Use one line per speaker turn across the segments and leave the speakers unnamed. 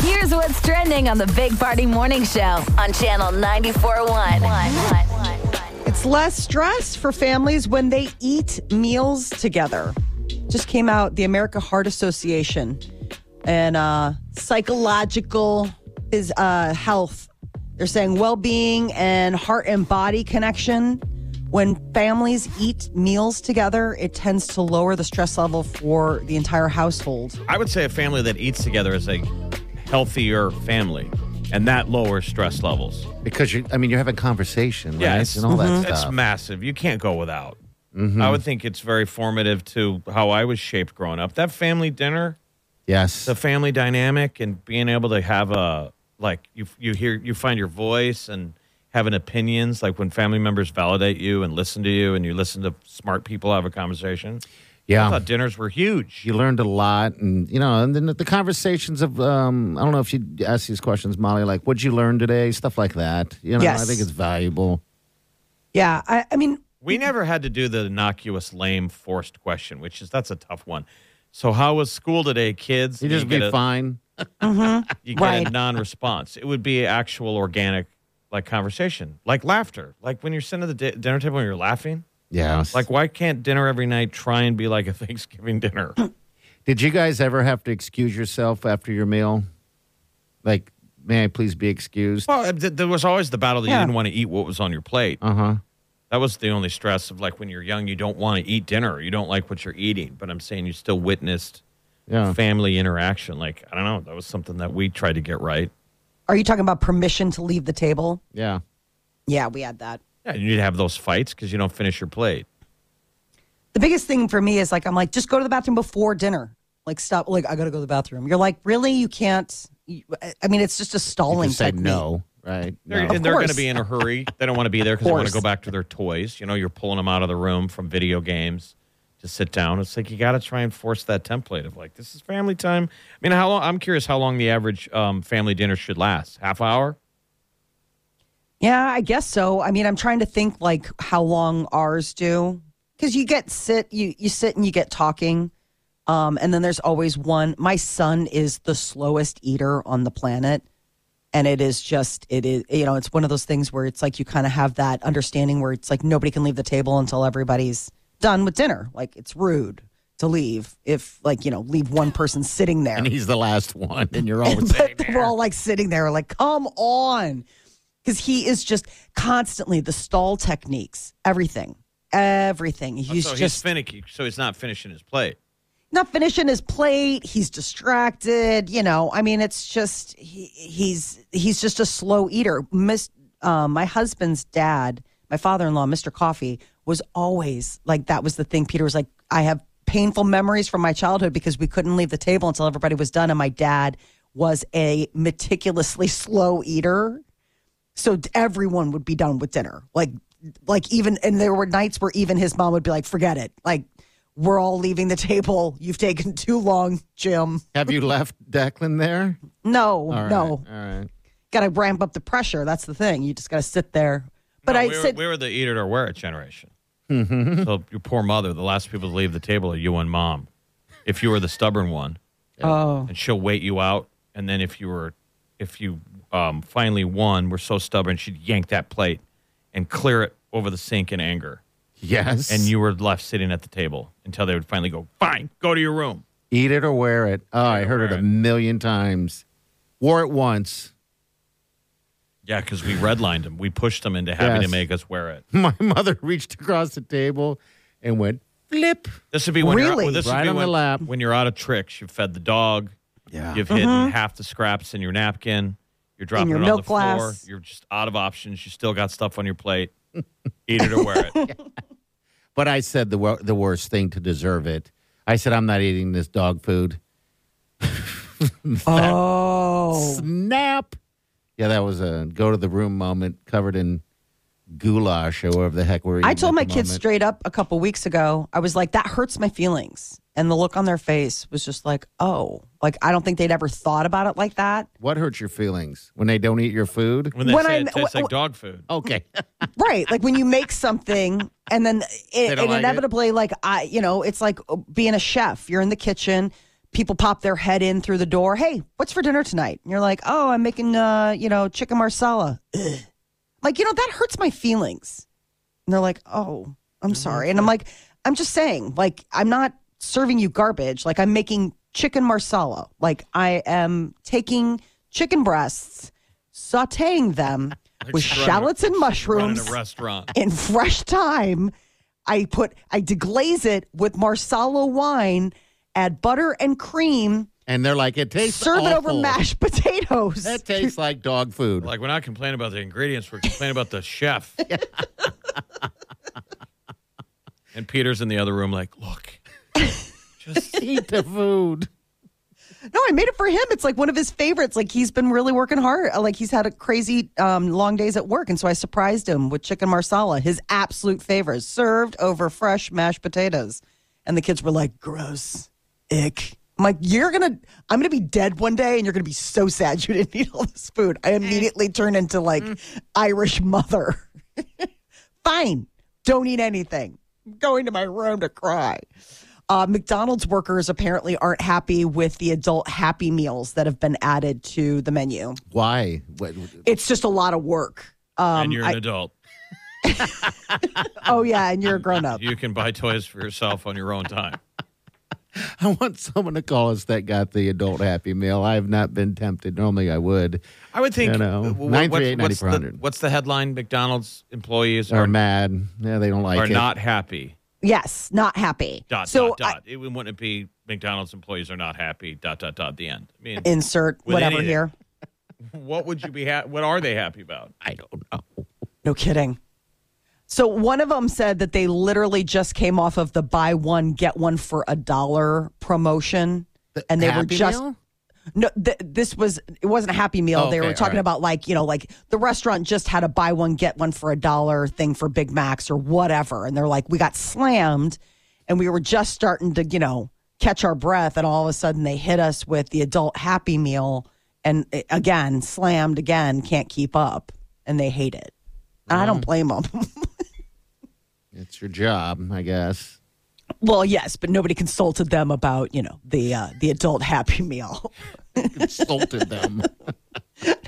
Here's what's trending on the Big Party Morning Show on Channel 94.1.
It's less stress for families when they eat meals together. Just came out the America Heart Association and uh, psychological is uh, health. They're saying well-being and heart and body connection. When families eat meals together, it tends to lower the stress level for the entire household.
I would say a family that eats together is a healthier family, and that lowers stress levels.
Because you, I mean, you're having conversation, right?
Yeah, it's-
and all that
Mm-hmm. It's
stuff. Mm-hmm.
massive. You can't go without. I would think it's very formative to how I was shaped growing up. That family dinner,
yes,
the family dynamic, and being able to have a like you you hear you find your voice and having opinions. Like when family members validate you and listen to you, and you listen to smart people have a conversation. I
yeah.
thought dinners were huge.
You learned a lot, and you know, and then the conversations of um, I don't know if you ask these questions, Molly, like what'd you learn today, stuff like that. You know, I
Yes.
think it's valuable.
Yeah, I, I mean,
We never had to do the innocuous, lame, forced question, which is that's a tough one. So how was school today, kids?
You just
get
be
a-
fine.
you get a
Right.
non-response. It would be actual organic like conversation, like laughter, like when you're sitting at the di- dinner table and you're laughing.
Yeah.
Like why can't dinner every night try and be like a Thanksgiving dinner?
Did you guys ever have to excuse yourself after your meal? Like, may I please be excused?
well, th- there was always the battle that you
Yeah.
didn't want to eat what was on your plate.
Uh huh.
That was the only stress of like when you're young, you don't want to eat dinner, you don't like what you're eating. But I'm saying you still witnessed
Yeah.
family interaction. Like I don't know, that was something that we tried to get right.
are you talking about permission to leave the table?
Yeah.
Yeah, we had that.
Yeah, you need to have those fights because you don't finish your plate.
the biggest thing for me is like I'm like just go to the bathroom before dinner. Like stop. Like I gotta go to the bathroom. You're like really you can't. You, I mean it's just a
You
stalling.
just say
technique.
no, right?
They're,
No.
and they're going to
course.
be in a hurry. They don't want to be there because they want to
course.
go back to their toys. You know, you're pulling them out of the room from video games to sit down. It's like you got to try and force that template of like this is family time. I mean, how long? I'm curious how long the average um, family dinner should last. Half hour.
Yeah, I guess so. I mean I'm trying to think like how long ours do because you get sit you you sit and you get talking. Um, and then there's always one. My son is the slowest eater on the planet. And it is just, it is, you know, it's one of those things where it's like you kind of have that understanding where it's like nobody can leave the table until everybody's done with dinner. Like it's rude to leave if, like, you know, leave one person sitting there.
And he's the last one, and you're always
but
sitting
we're
there.
all like sitting there, like, come on. Because he is just constantly the stall techniques, everything, everything. He's
Oh, so
just
he's finicky. So he's not finishing his plate.
not finishing his plate. He's distracted. You know, I mean, it's just he, he's he's just a slow eater. Miss, uh, my husband's dad, my father-in-law, Mr. Coffee, was always like that. Was the thing. Peter was like, I have painful memories from my childhood because we couldn't leave the table until everybody was done, and my dad was a meticulously slow eater so d- everyone would be done with dinner like like even and there were nights where even his mom would be like forget it like we're all leaving the table you've taken too long jim
Have you left Declan there?
no
All right,
no
All right.
gotta ramp up the pressure that's the thing you just gotta sit there but
No,
i
we were,
said Mm-hmm.
we were the eat it or wear it generation. so your poor mother, the last people to leave the table are you and mom. If you were the stubborn one,
oh
and she'll wait you out. And then if you were, if you um, finally won, were so stubborn, she'd yank that plate and clear it over the sink in anger.
Yes.
And you were left sitting at the table until they would finally go, fine, go to your room.
eat it or wear it. Oh, I
or
heard
wear
it a
it.
million times. Wore it once.
Yeah, because we redlined him. We pushed him into having to
Yes.
make us wear it.
My mother reached across the table and went flip.
This would be when
Really?
you're this would
Right
be
on the
when,
lap.
when you're out of tricks. You fed the dog.
Yeah.
You've hidden half the scraps in your napkin. You're
Mm-hmm.
dropping
your
it on
milk
the floor.
glass.
You're just out of options. You still got stuff on your plate. Eat it or wear it.
But I said the wor- the worst thing to deserve it. I said I'm not eating this dog food.
Oh,
Snap. Yeah, that was a go to the room moment covered in goulash or whatever the heck we're eating.
I told
at
my
the
kids
moment.
straight up a couple weeks ago. I was like, that hurts my feelings, and the look on their face was just like, oh, like I don't think they'd ever thought about it like that.
What hurts your feelings? When they don't eat your food?
When they
When
say
I-
it tastes
w-
like dog food.
Okay.
Right. Like when you make something and then it, and
don't like it.
inevitably, like I, you know, it's like being a chef. You're in the kitchen, people pop their head in through the door. Hey, what's for dinner tonight? And you're like, oh, I'm making, uh, you know, chicken marsala. Ugh. Like, you know, that hurts my feelings. And they're like, oh,
Mm-hmm.
I'm sorry. And I'm like, I'm just saying, like, I'm not serving you garbage. Like, I'm making chicken marsala. Like, I am taking chicken breasts, sauteing them with
running a-
shallots and
Running
mushrooms
a restaurant.
in fresh time. I put I deglaze it with marsala wine, add butter and cream,
And they're like, it tastes
serve it over
awful.
mashed potatoes.
That tastes like dog food.
Like we're not complaining about the ingredients, we're complaining about the chef. and Peter's in the other room, like, look, just
eat the food.
no, I made it for him. It's like one of his favorites. Like he's been really working hard. Uh, Like he's had a crazy um, long days at work, and so I surprised him with chicken marsala, his absolute favorite, served over fresh mashed potatoes. And the kids were like, "Gross, ick." I'm like, "You're gonna, I'm gonna be dead one day, and you're gonna be so sad you didn't eat all this food." I immediately turned into like Irish mother. Fine, don't eat anything. I'm going to my room to cry. Uh, McDonald's workers apparently aren't happy with the adult Happy Meals that have been added to the menu.
Why? What,
It's just a lot of work. Um,
and you're
I-
an adult.
oh yeah, and you're a grown up.
You can buy toys for yourself on your own time.
I want someone to call us that got the adult Happy Meal. I have not been tempted. Normally, I would.
I would think
You know,
uh, what-
938,
what's, what's, the,
9400.
what's the headline? McDonald's employees
They're
are,
mad. Yeah, they don't like
are
it.
not happy.
Yes, not happy.
Dot
so
dot
I-
dot. it wouldn't it be McDonald's employees are not happy. Dot dot dot. The end. I mean,
insert
With
whatever
anything.
here.
what would you be? Ha- what are they happy about?
I don't know.
No kidding. So one of them said that they literally just came off of the buy one get one for a dollar promotion, and they were
Happy
just
Meal?
No, th- this was it wasn't a Happy Meal.
Oh,
they
okay,
were talking
all right.
about like you know like the restaurant just had a buy one get one for a dollar thing for Big Macs or whatever, and they're like we got slammed, and we were just starting to you know catch our breath, and all of a sudden they hit us with the adult Happy Meal, and eh, again slammed again, can't keep up, and they hate it. And I don't
Mm.
blame them.
It's your job, I guess.
well, yes, but nobody consulted them about you know the uh, the adult Happy Meal.
Insulted them.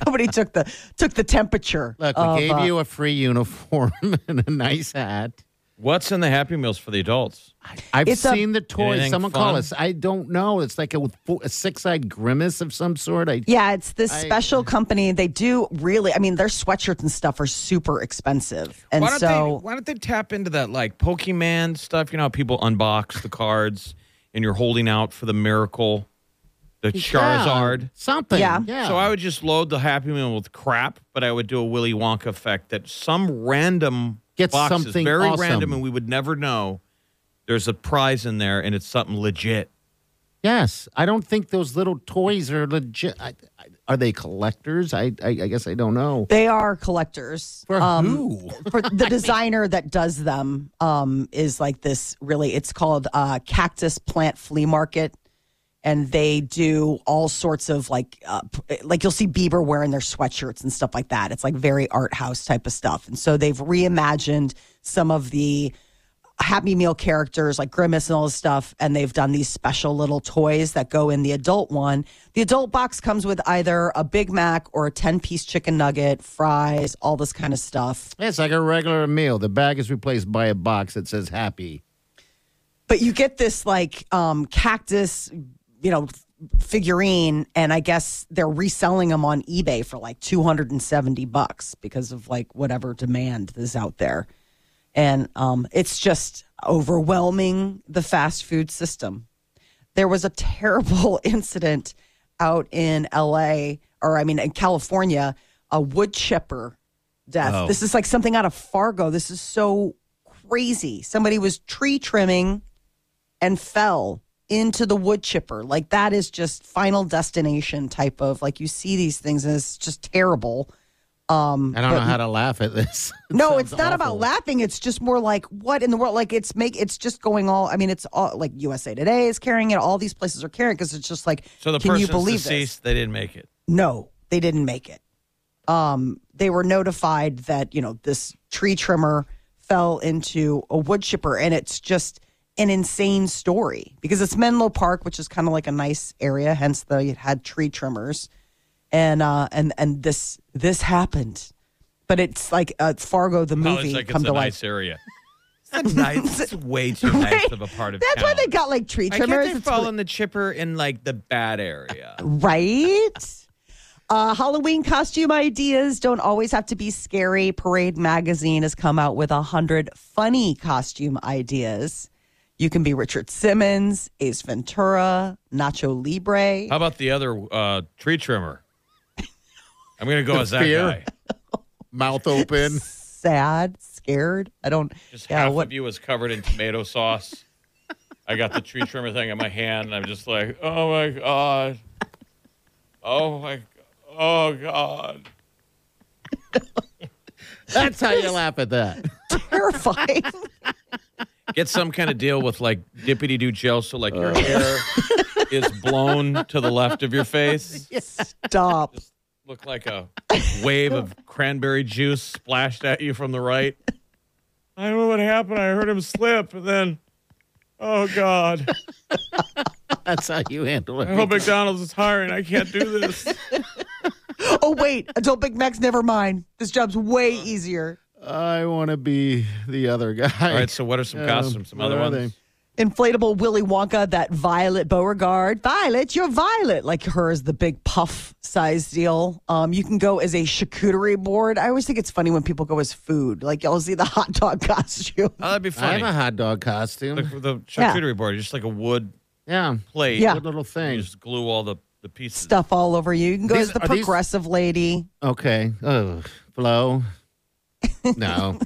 nobody took the took the temperature.
Look, we
of,
gave
uh,
you a free uniform and a nice hat.
What's in the Happy Meals for the adults?
I've
It's a-
seen the toys.
Anything
Someone call
fun?
us. I don't know. It's like a, fo- a six-eyed grimace of some sort. I
Yeah, it's this
I-
special company. They do really. I mean, their sweatshirts and stuff are super expensive, and
why don't
so
they, why don't they tap into that like Pokemon stuff? You know how people unbox the cards and you're holding out for the miracle, the
Yeah,
Charizard.
something.
Yeah.
Yeah.
So I would just load the Happy Meal with crap, but I would do a Willy Wonka effect that some random
Get
box is
something
very
awesome.
random and we would never know. There's a prize in there and it's something legit.
Yes, I don't think those little toys are legit. I, I, are they collectors? I, I, I guess I don't know.
they are collectors. um,
For who?
for the designer that does them um, is like this. Really, it's called uh, Cactus Plant Flea Market, and they do all sorts of like, uh, p- like you'll see Bieber wearing their sweatshirts and stuff like that. It's like very art house type of stuff, and so they've reimagined some of the Happy Meal characters like Grimace and all this stuff, and they've done these special little toys that go in the adult one. The adult box comes with either a Big Mac or a 10 piece chicken nugget, fries, all this kind of stuff.
It's like a regular meal. The bag is replaced by a box that says happy.
But you get this like um, cactus, you know, figurine, and I guess they're reselling them on eBay for like 270 bucks because of like whatever demand is out there. And um, it's just overwhelming the fast food system. there was a terrible incident out in LA or I mean in California, a wood chipper death.
Oh.
This is like something out of Fargo. This is so crazy. Somebody was tree trimming and fell into the wood chipper. Like that is just final destination type of like you see these things and it's just terrible.
I don't know how to laugh at this.
no,
sounds
it's not about
awful.
laughing. It's just more like what in the world? Like it's make it's just going all. I mean, it's all like USA Today is carrying it. All these places are carrying because it's just like
So the
can you
person's
believe this?
deceased. They didn't make it.
no, they didn't make it. Um, they were notified that you know this tree trimmer fell into a wood chipper, and it's just an insane story because it's Menlo Park, which is kind of like a nice area, hence they had tree trimmers, and uh, and and this this happened, but it's like uh, Fargo the
Oh,
movie
it's like
come
it's
to
a
life.
nice area. It's a nice. It's way too nice of a part of
That's
town.
why they got like tree
I can't
trimmers.
they
It's
fall in the chipper in like the bad area.
Right? Uh, Halloween costume ideas don't always have to be scary. Parade magazine has come out with a hundred funny costume ideas. You can be Richard Simmons, Ace Ventura, Nacho Libre.
How about the other uh, tree trimmer? I'm gonna go as that
fear.
guy.
Mouth open.
Sad, scared. I don't.
Just
yeah,
half
what?
of you is covered in tomato sauce. I got the tree trimmer thing in my hand, and I'm just like, oh my god, oh my, oh god.
That's how you laugh at that.
terrifying.
Get some kind of deal with like dippity do gel, so like
Uh.
your hair is blown to the left of your face.
Stop.
Look like a wave of cranberry juice splashed at you from the right. I don't know what happened. I heard him slip, and then, oh god.
That's how you handle
I hope
it.
McDonald's is hiring. I can't do this.
Oh wait, adult Big Macs. Never mind. This job's way easier.
I want to be the other guy.
All right, so what are some
Um,
costumes? Some
where
other
are
ones?
they?
inflatable Willy Wonka, that Violet Beauregard. Violet, you're Violet. Like hers, the big puff size deal. Um, you can go as a charcuterie board. I always think it's funny when people go as food. Like y'all see the hot dog costume.
Oh, that'd be
I have
funny.
a hot dog
the,
costume.
the charcuterie board, just like a wood
Yeah.
plate.
Yeah.
Good little
You
thing.
just glue all the, the pieces.
Stuff all over you. You can go
These-
as the
are these-
progressive lady.
Okay. Oh, blow. No.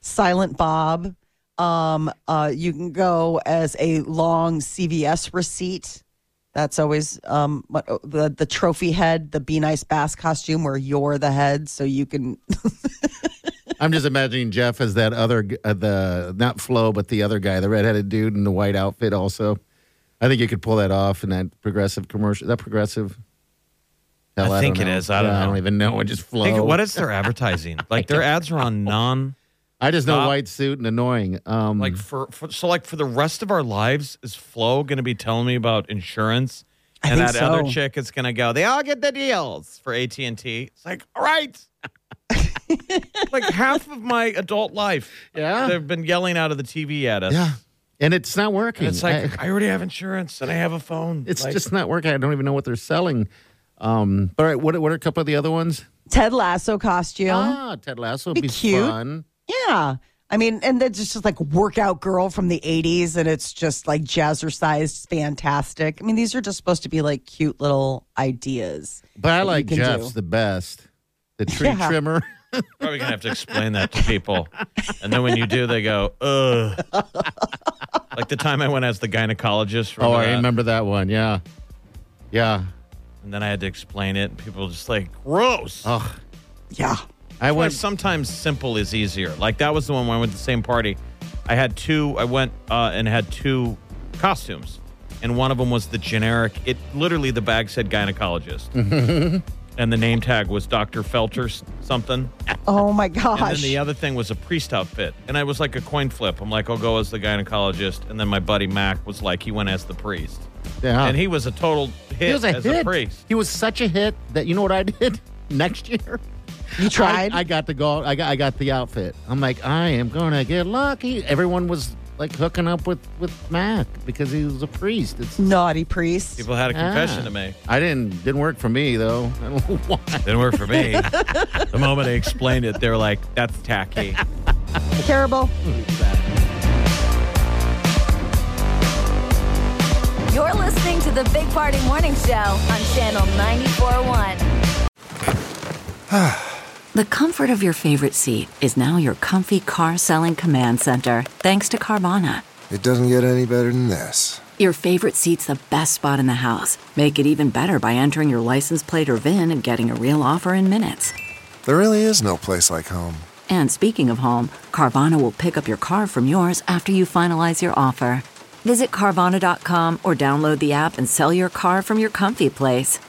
Silent Bob. Um, uh, you can go as a long CVS receipt. That's always um, what, the the trophy head, the be nice bass costume, where you're the head, so you can
I'm just imagining Jeff as that other, g- uh, the not Flo, but the other guy, the redheaded dude in the white outfit. Also, I think you could pull that off in that progressive commercial. That progressive. Hell,
I
don't
think it
know.
is. I don't
Yeah, I
know.
don't even know. It just Flo.
Think, what is their advertising? Like their ads are on non.
I just know
Bob?
white suit and annoying. Um,
Like for, for so like for the rest of our lives, is Flo going to be telling me about insurance?
I
and
think
that other
so.
chick is going to go. They all get the deals for AT and T. It's like all right. like half of my adult life,
Yeah.
they've been yelling out of the TV at us.
yeah, and it's not working.
And it's
I-
like I, already have insurance and I have a phone.
It's
Like,
just not working. I don't even know what they're selling. Um, all right, what, what are a couple of the other ones?
Ted Lasso costume.
Ah, Ted Lasso would
Be
be,
cute.
fun.
Yeah. I mean, and that's just like workout girl from the 80s, and it's just like jazzercise, fantastic. I mean, these are just supposed to be like cute little ideas.
But I
you
like
can
Jeff's
do.
the best. The tree
Yeah.
trimmer.
probably gonna have to explain that to people, and then when you do, they go ugh. like the time I went as the gynecologist.
Oh, I
that?
remember that one. Yeah, yeah.
And then I had to explain it. and People were just like gross. Oh,
Yeah.
I
Why
went.
sometimes simple is easier. Like that was the one when I went to the same party. I had two. I went uh, and had two costumes, and one of them was the generic. It literally the bag said gynecologist, and the name tag was Doctor Felter s- something.
Oh my
And then
gosh.
the other thing was a priest outfit. And I was like a coin flip. I'm like, I'll go as the gynecologist. And then my buddy Mac was like, he went as the priest.
Yeah.
And he was a total hit
He was a
as
hit.
a priest.
He was such a hit that you know what I did next year.
you tried?
I, I got the gold. I got. I got the outfit. I'm like, I am gonna get lucky. Everyone was like hooking up with with Mac because he was a priest. It's
Naughty priest.
People had a confession
Ah.
to make.
I didn't didn't work for me though. I don't know why.
Didn't work for me. the moment I explained it, they were like, that's tacky.
Terrible.
Mm-hmm.
You're listening to the Big Party Morning Show on Channel 941.
The comfort of your favorite seat is now your comfy car selling command center, thanks to Carvana.
It doesn't get any better than this.
Your favorite seat's the best spot in the house. Make it even better by entering your license plate or VIN and getting a real offer in minutes.
There really is no place like home.
And speaking of home, Carvana will pick up your car from yours after you finalize your offer. Visit Carvana.com or download the app and sell your car from your comfy place.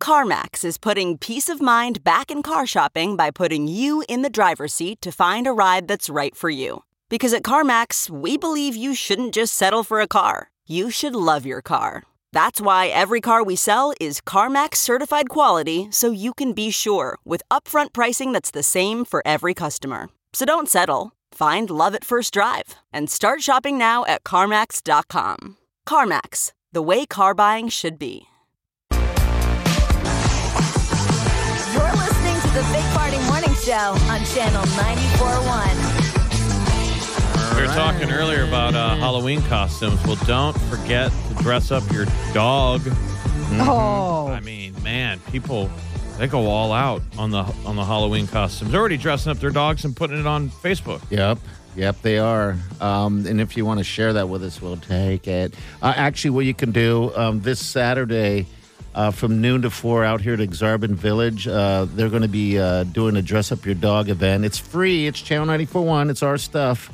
CarMax is putting peace of mind back in car shopping by putting you in the driver's seat to find a ride that's right for you. Because at CarMax, we believe you shouldn't just settle for a car, you should love your car. That's why every car we sell is CarMax certified quality so you can be sure with upfront pricing that's the same for every customer. So don't settle. Find love at first drive and start shopping now at CarMax.com. CarMax, the way car buying should be.
You're listening to the Big Party Morning Show on Channel 941.
We were talking earlier about uh, Halloween costumes. Well, don't forget to dress up your dog. Mhm.
Oh.
I mean, man, people they go all out on the on the Halloween costumes. They're already dressing up their dogs and putting it on Facebook.
Yep. Yep, they are. Um, and if you want to share that with us, we'll take it. Uh, actually, what you can do um, this Saturday uh, from noon to four out here at Exarban Village, uh, they're going to be uh, doing a Dress Up Your Dog event. It's free, it's Channel 941, it's our stuff.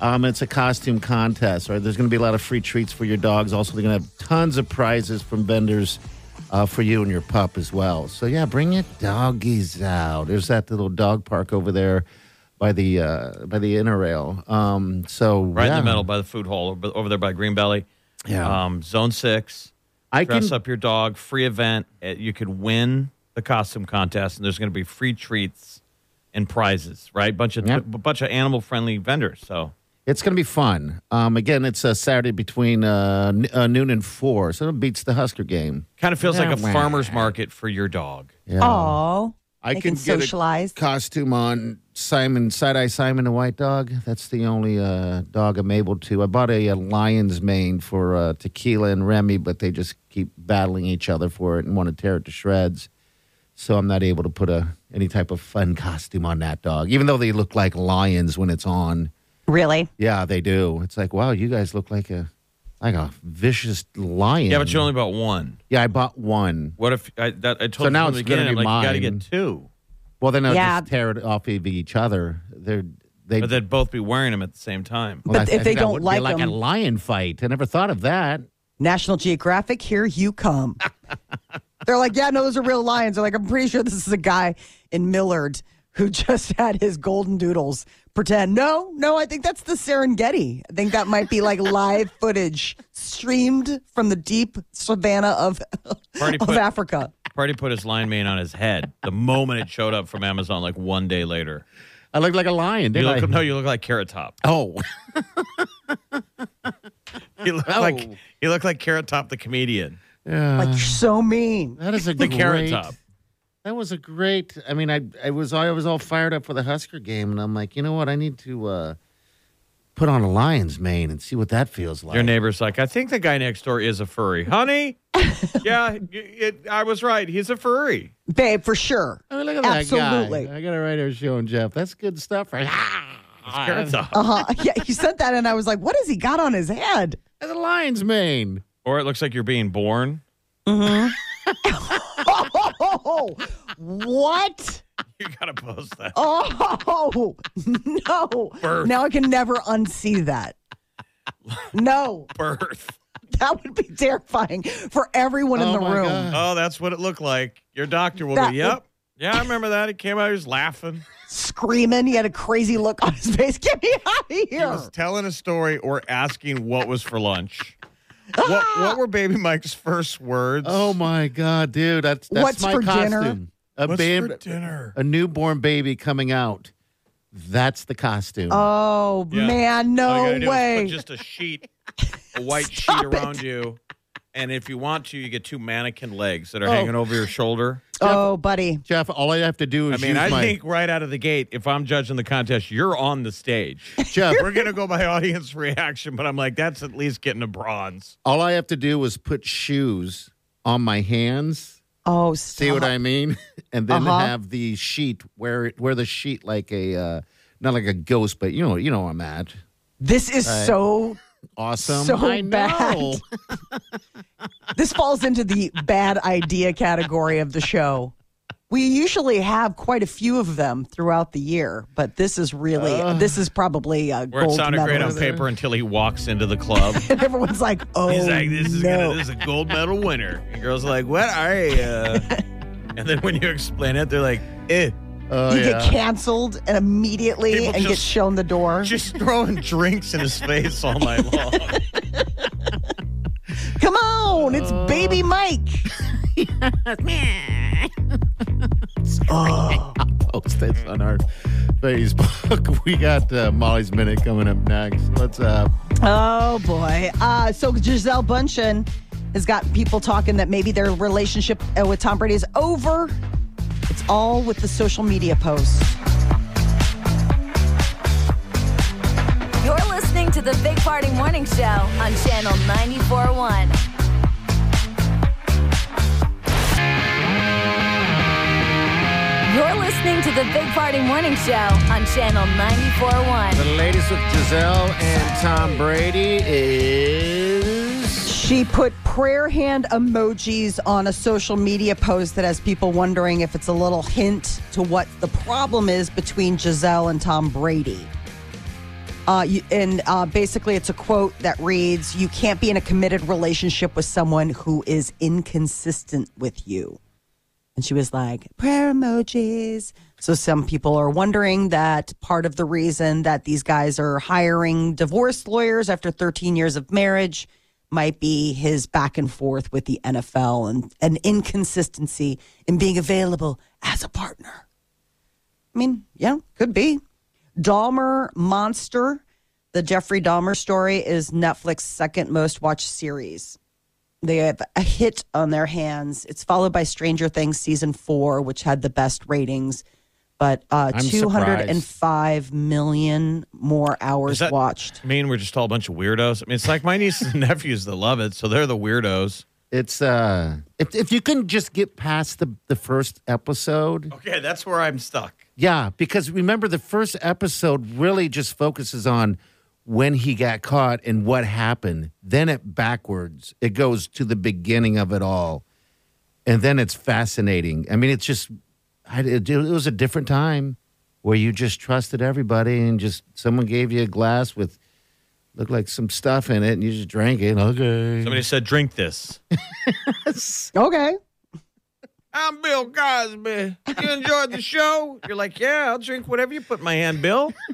Um, it's a costume contest, right? There's going to be a lot of free treats for your dogs. Also, they're going to have tons of prizes from vendors uh, for you and your pup as well. So yeah, bring your doggies out. There's that little dog park over there by the uh, by the inner rail. Um, so
Right
yeah.
in the middle by the food hall over, over there by Green Belly.
Yeah.
Um, zone six.
I
dress
can.
up your dog. Free event. Uh, You could win the costume contest, and there's going to be free treats and prizes. Right, bunch of
Yeah.
a bunch of animal friendly vendors. So
It's going to be fun. Um, again, it's a Saturday between uh, n- uh, noon and four, so it beats the Husker game.
kind of feels like a
Yeah.
farmer's market for your dog.
Yeah.
Oh,
I
They
can
can
get a
socialize.
costume on Simon Side Eye Simon the White Dog. That's the only uh, dog I'm able to. I bought a, a lion's mane for uh, Tequila and Remy, but they just keep battling each other for it and want to tear it to shreds. So I'm not able to put a any type of fun costume on that dog, even though they look like lions when it's on.
really?
Yeah, they do. It's like wow, you guys look like a like a vicious lion.
Yeah, but you only bought one.
yeah, I bought one.
What if I, that, I told
So
you
now
from the
it's gonna
beginning,
be
like, you got to
mine.
get two,
Well, then I'll
Yeah.
just tear it off of each other. They're they
but they'd both be wearing them at the same time.
Well,
But if
I-
they
I think that
don't
would be
like
like a
them-
lion fight, I never thought of that.
National Geographic, here you come. They're like, yeah, no, those are real lions. They're like, I'm pretty sure this is a guy in Millard who just had his golden doodles pretend. No, no, I think that's the Serengeti. I think that might be like live footage streamed from the deep savannah of,
Already
of
put-
Africa.
Party put his line mane on his head the moment it showed up from Amazon, like one day later.
I look like a lion,
You
didn't I?
look, no, you look like Carrot Top.
Oh,
You look like you look like Carrot Top, the comedian,
yeah.
Like, you're so mean.
that is a
the
great.
Carrot Top.
That was a great. I mean, I I was I was all fired up for the Husker game, and I'm like, you know what? I need to uh, put on a lion's mane and see what that feels like.
Your neighbor's like, I think the guy next door is a furry, honey. yeah, y- it, I was right. He's a furry.
Babe, for sure.
I mean, Oh, look at
Absolutely.
that guy. I got to write our show and Jeff. That's good stuff. Right? Ah,
Carrot
that's
Top,
Uh-huh. Yeah, you sent that, and I was like, what has he got on his head?
a lion's mane.
or it looks like you're being born.
Oh, what?
You gotta post that.
Oh no!
Birth.
Now I can never unsee that. No,
Birth.
that would be terrifying for everyone in
Oh,
the
my
room.
God.
Oh, that's what it looked like. Your doctor will
That
go, yep.
look-
yeah, I remember that. He came out, he was laughing.
Screaming, he had a crazy look on his face. Get me out of
He was
Oh.
here!
telling a story or asking what was for lunch. what, what were Baby Mike's first words?
Oh my god, dude! That's that's
What's
my
for
costume.
dinner?
A
What's
babe-
for dinner?
a newborn baby coming out. That's the costume.
Oh
Yeah.
man,
All you
no
gotta do is
way!
Put just a sheet, a white sheet
Stop it.
around you. And if you want to, you get two mannequin legs that are
Oh.
hanging over your shoulder.
oh, buddy,
Jeff, all I have to do
I
is
mean,
use
I
my
think right out of the gate, if I'm judging the contest, you're on the stage.
Jeff.
We're going to go by audience reaction, but I'm like, that's at least getting a bronze.
All I have to do is put shoes on my hands.
oh,
See what
stop.
I mean? And then
Uh-huh.
have the sheet wear it wear the sheet like a uh, not like a ghost, but you know you know what I'm at.
This is so.
Awesome.
So
I know.
bad. This falls into the bad idea category of the show. We usually have quite a few of them throughout the year, but this is really this is probably a
Uh. Where it
gold
sounded
medal.
great on paper until he walks into the club.
and everyone's like, "Oh
He's like, this is,
no!"
gonna, this is a gold medal winner. And girls are like, what are you? and then when you explain it, they're like, eh,
Oh,
you
yeah.
get canceled and immediately
People
and get
just-
shown the door
just throwing drinks in his face all night long.
come on it's baby
Oh.
mike
post this on our Facebook. We got uh, Molly's Minute coming up next. uh, What's up?
oh boy uh, so giselle bunchen has got people talking that maybe their relationship uh, with tom brady is over it's all with the social media posts
You're listening to the Big Party Morning Show on Channel 941. You're listening to the Big Party Morning Show on Channel 941.
The latest with Giselle and Tom Brady is.
she put prayer hand emojis on a social media post that has people wondering if it's a little hint to what the problem is between Giselle and Tom Brady. Uh, you, and uh, basically, it's a quote that reads You can't be in a committed relationship with someone who is inconsistent with you. And she was like, prayer emojis. So some people are wondering that part of the reason that these guys are hiring divorce lawyers after 13 years of marriage might be his back and forth with the NFL and an inconsistency in being available as a partner. I mean, yeah, could be. Dahmer Monster, the Jeffrey Dahmer story, is Netflix's second most watched series they have a hit on their hands. It's followed by Stranger Things season four, which had the best ratings, but uh,
I'm
205 million more hours
Is that-
watched.
I mean, we're just all a bunch of weirdos. I mean, it's like my nieces and nephews that love it, so they're the weirdos.
It's uh, if if you can just get past the the first episode,
Okay, that's where I'm stuck.
yeah, because remember the first episode really just focuses on when he got caught and what happened. Then it backwards, it goes to the beginning of it all, and then it's fascinating. I mean, it's just, I, it, it was a different time where you just trusted everybody and just someone gave you a glass with looked like some stuff in it and you just drank it. Okay,
Somebody said, drink this.
Okay.
I'm Bill Cosby. You enjoyed the show? You're like, yeah, I'll drink whatever you put in my hand, Bill.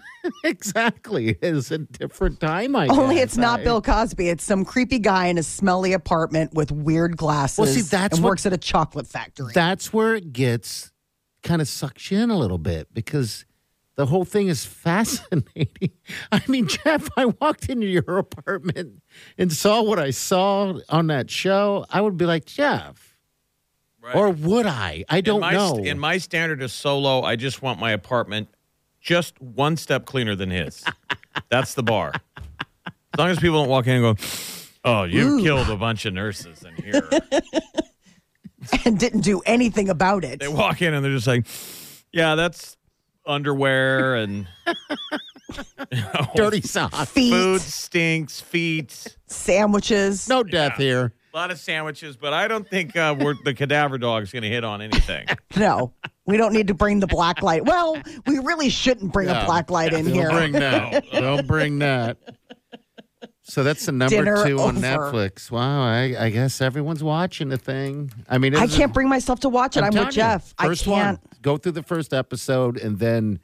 Exactly. It's a different time, I
Only
guess.
it's not
I-
Bill Cosby. It's some creepy guy in a smelly apartment with weird glasses.
Well, see, that's
and
what-
works at a chocolate factory.
That's where it gets kind of sucks you in a little bit because the whole thing is fascinating. I mean, Jeff, I walked into your apartment and saw what I saw on that show. I would be like, Jeff.
Right.
Or would I? I
In
don't
my,
know.
st- In my standard is so low, I just want my apartment just one step cleaner than his. That's the bar. As long as people don't walk in and go, oh, you killed a bunch of nurses in here.
and didn't do anything about it.
they walk in and they're just like, yeah, that's underwear and
Dirty socks.
Feet,
food stinks, feet,
sandwiches.
No death here.
a lot of sandwiches, but I don't think uh, we're, the cadaver dog's going to hit on anything.
No. We don't need to bring the black light. Well, we really shouldn't bring a
No.
black light in
Don't
here.
bring that. Don't bring that. So that's the number
Dinner
two on
over.
Netflix. Wow, I, I guess everyone's watching the thing. I mean,
I
it's-
can't bring myself to watch it. I'm,
telling
with
you,
Jeff. I
first
can't.
One, go through the first episode, and then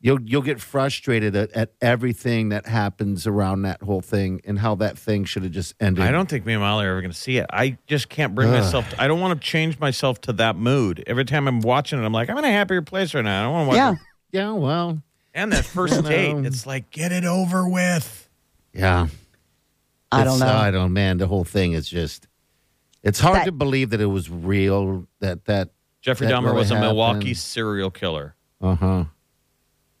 you'll you'll get frustrated at, at everything that happens around that whole thing and how that thing should have just ended.
I don't think me and Molly are ever going to see it. I just can't bring myself. To, I don't want to change myself to that mood. Every time I'm watching it, I'm like, I'm in a happier place right now. I don't want to watch.
Yeah.
It.
Yeah. Well.
And that first date, it's like, get it over with.
Yeah.
I don't
It's-
know.
I don't. Man, the whole thing is just. It's hard
That-
to believe that it was real. That that.
Jeffrey
That
Dahmer
really
was a Milwaukee
happened.
serial killer.
Uh huh.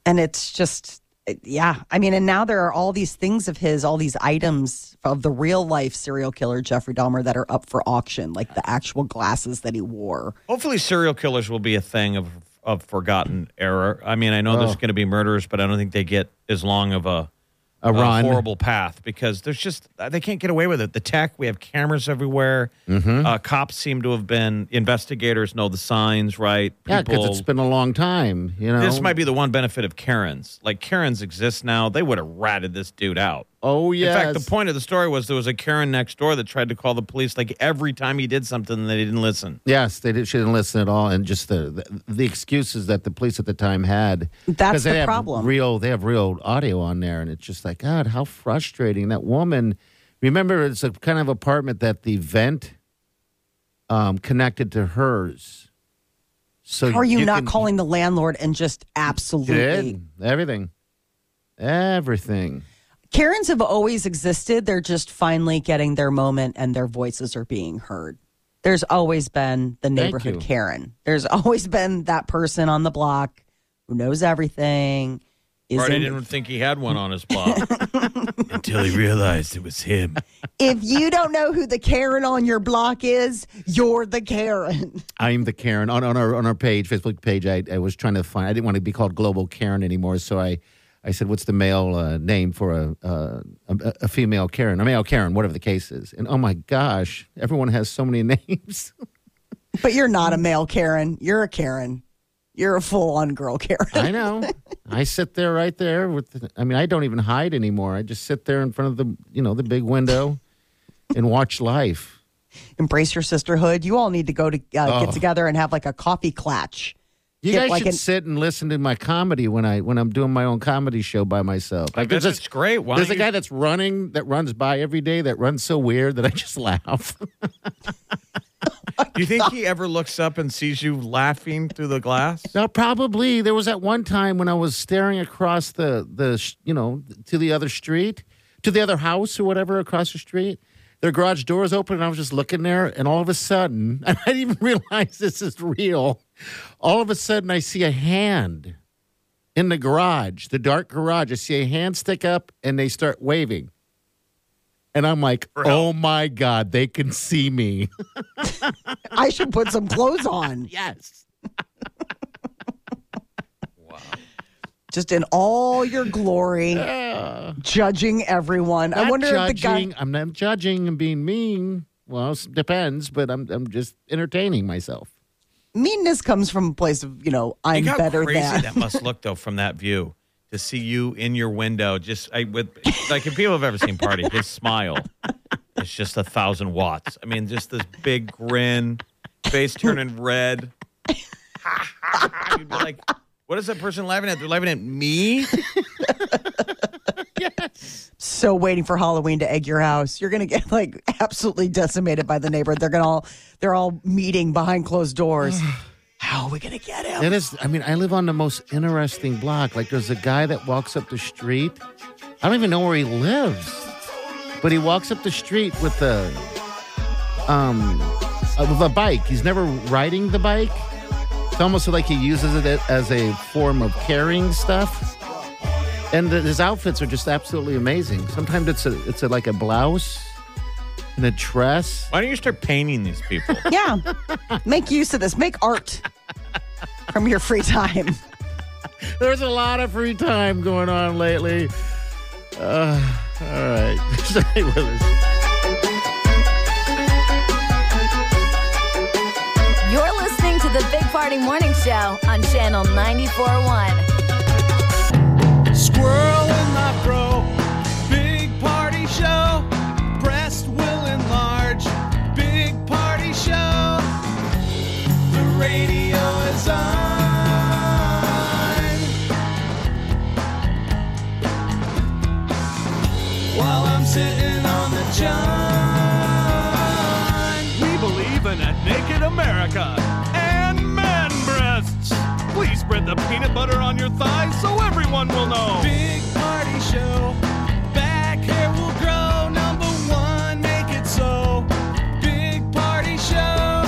and it's just, yeah. I mean, and now there are all these things of his, all these items of the real life serial killer Jeffrey Dahmer that are up for auction, like the actual glasses that he wore.
Hopefully, serial killers will be a thing of Oh. of forgotten era. I mean, I know there's going to be murderers, but I don't think they get as long of a
A run.
horrible path because there's just uh, they can't get away with it. The tech, we have cameras everywhere.
Mm-hmm.
Uh, cops seem to have been investigators know the signs, right?
Yeah, because it's been a long time. You know,
this might be the one benefit of Karens. Like Karens exist now. They would have ratted this dude out.
Oh
In
yeah.
fact, the point of the story was there was a Karen next door that tried to call the police like every time he did something they didn't listen.
Yes, they did, she didn't listen at all, and just the the, the excuses that the police at the time had.
That's
'Cause they
the
have
problem.
Real, they have real audio on there, and it's just like God, how frustrating that woman. Remember, it's a kind of apartment that the vent um, connected to hers. So
How are you, not
can-
calling the landlord and just absolutely?
Did everything, everything.
Karens have always existed. They're just finally getting their moment and their voices are being heard. There's always been the neighborhood
you.
Karen. There's always been that person on the block who knows everything. Is
Marty
in-
didn't think he had one on his block until he realized it was him.
if you don't know who the Karen on your block is, you're the Karen.
I'm the Karen on, on our on our page, Facebook page. I, I was trying to find. I didn't want to be called Global Karen anymore, so I, I said, "What's the male uh, name for a, uh, a a female Karen, a male Karen, whatever the case is?" And oh my gosh, everyone has so many names.
But you're not a male Karen. You're a Karen. You're a full on girl Karen.
I know. I sit there right there with. I mean, I don't even hide anymore. I just sit there in front of the you know the big window, and watch life.
Embrace your sisterhood. You all need to go to uh,
Oh.
get together and have like a coffee clatch.
You
Get
guys
like
should
an-
sit and listen to my comedy when I when I'm doing my own comedy show by myself.
I
Like,
bet
there's
it's great. Why
there's
don't
a
you-
guy that's running that runs by every day that runs so weird that I just laugh.
Do you think he ever looks up and sees you laughing through the glass?
now, probably there was that one time when I was staring across the the sh- you know to the other street, to the other house or whatever across the street. Their garage door is open, and I was just looking there, and all of a sudden, and I didn't even realize this is real. All of a sudden, I see a hand in the garage, the dark garage. I see a hand stick up, and they start waving. And I'm like, oh my God, they can see me.
I should put some clothes on.
yes.
just in all your glory, judging everyone. I
Not
wonder if the
judging.
guy.
I'm not judging and being mean. Well, it depends, but I'm I'm just entertaining myself.
Meanness comes from a place of, you know,
You
I'm
know how
better
crazy
than.
that must look though from that view to see you in your window. Just I, with like if people have ever seen Party, his smile is just a thousand watts. I mean, just this big grin, face turning red. You'd be like, what is that person laughing at? They're laughing at me.
So waiting for Halloween to egg your house. You're going to get like absolutely decimated by the neighbor. They're going to all, they're all meeting behind closed doors. How are we going to get him?
It is. I mean, I live on the most interesting block. Like, there's a guy that walks up the street. I don't even know where he lives, but he walks up the street with a um uh, with a bike. He's never riding the bike. It's almost like he uses it as a form of carrying stuff. And the, his outfits are just absolutely amazing. Sometimes it's a it's a, like a blouse and a dress.
Why don't you start painting these people?
Yeah. Make use of this. Make art from your free time.
There's a lot of free time going on lately. Uh, all right. Stay with us.
You're listening to the Big Party Morning Show on Channel 94.1.
Squirrel in my fro. Big party show. Breast will enlarge. Big party show. The radio is on. While I'm sitting on the john. We believe in a naked America and man breasts. Please spread the peanut butter on your thighs so everyone will know. Big party show. Back hair will grow. Number one, make it so. Big party show.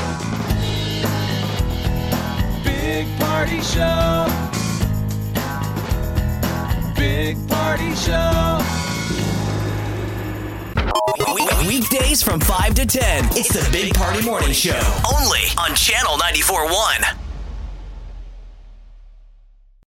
Big party show. Big party show.
Weekdays from 5 to 10. It's the Big Party Morning Show. Only on Channel 94.1.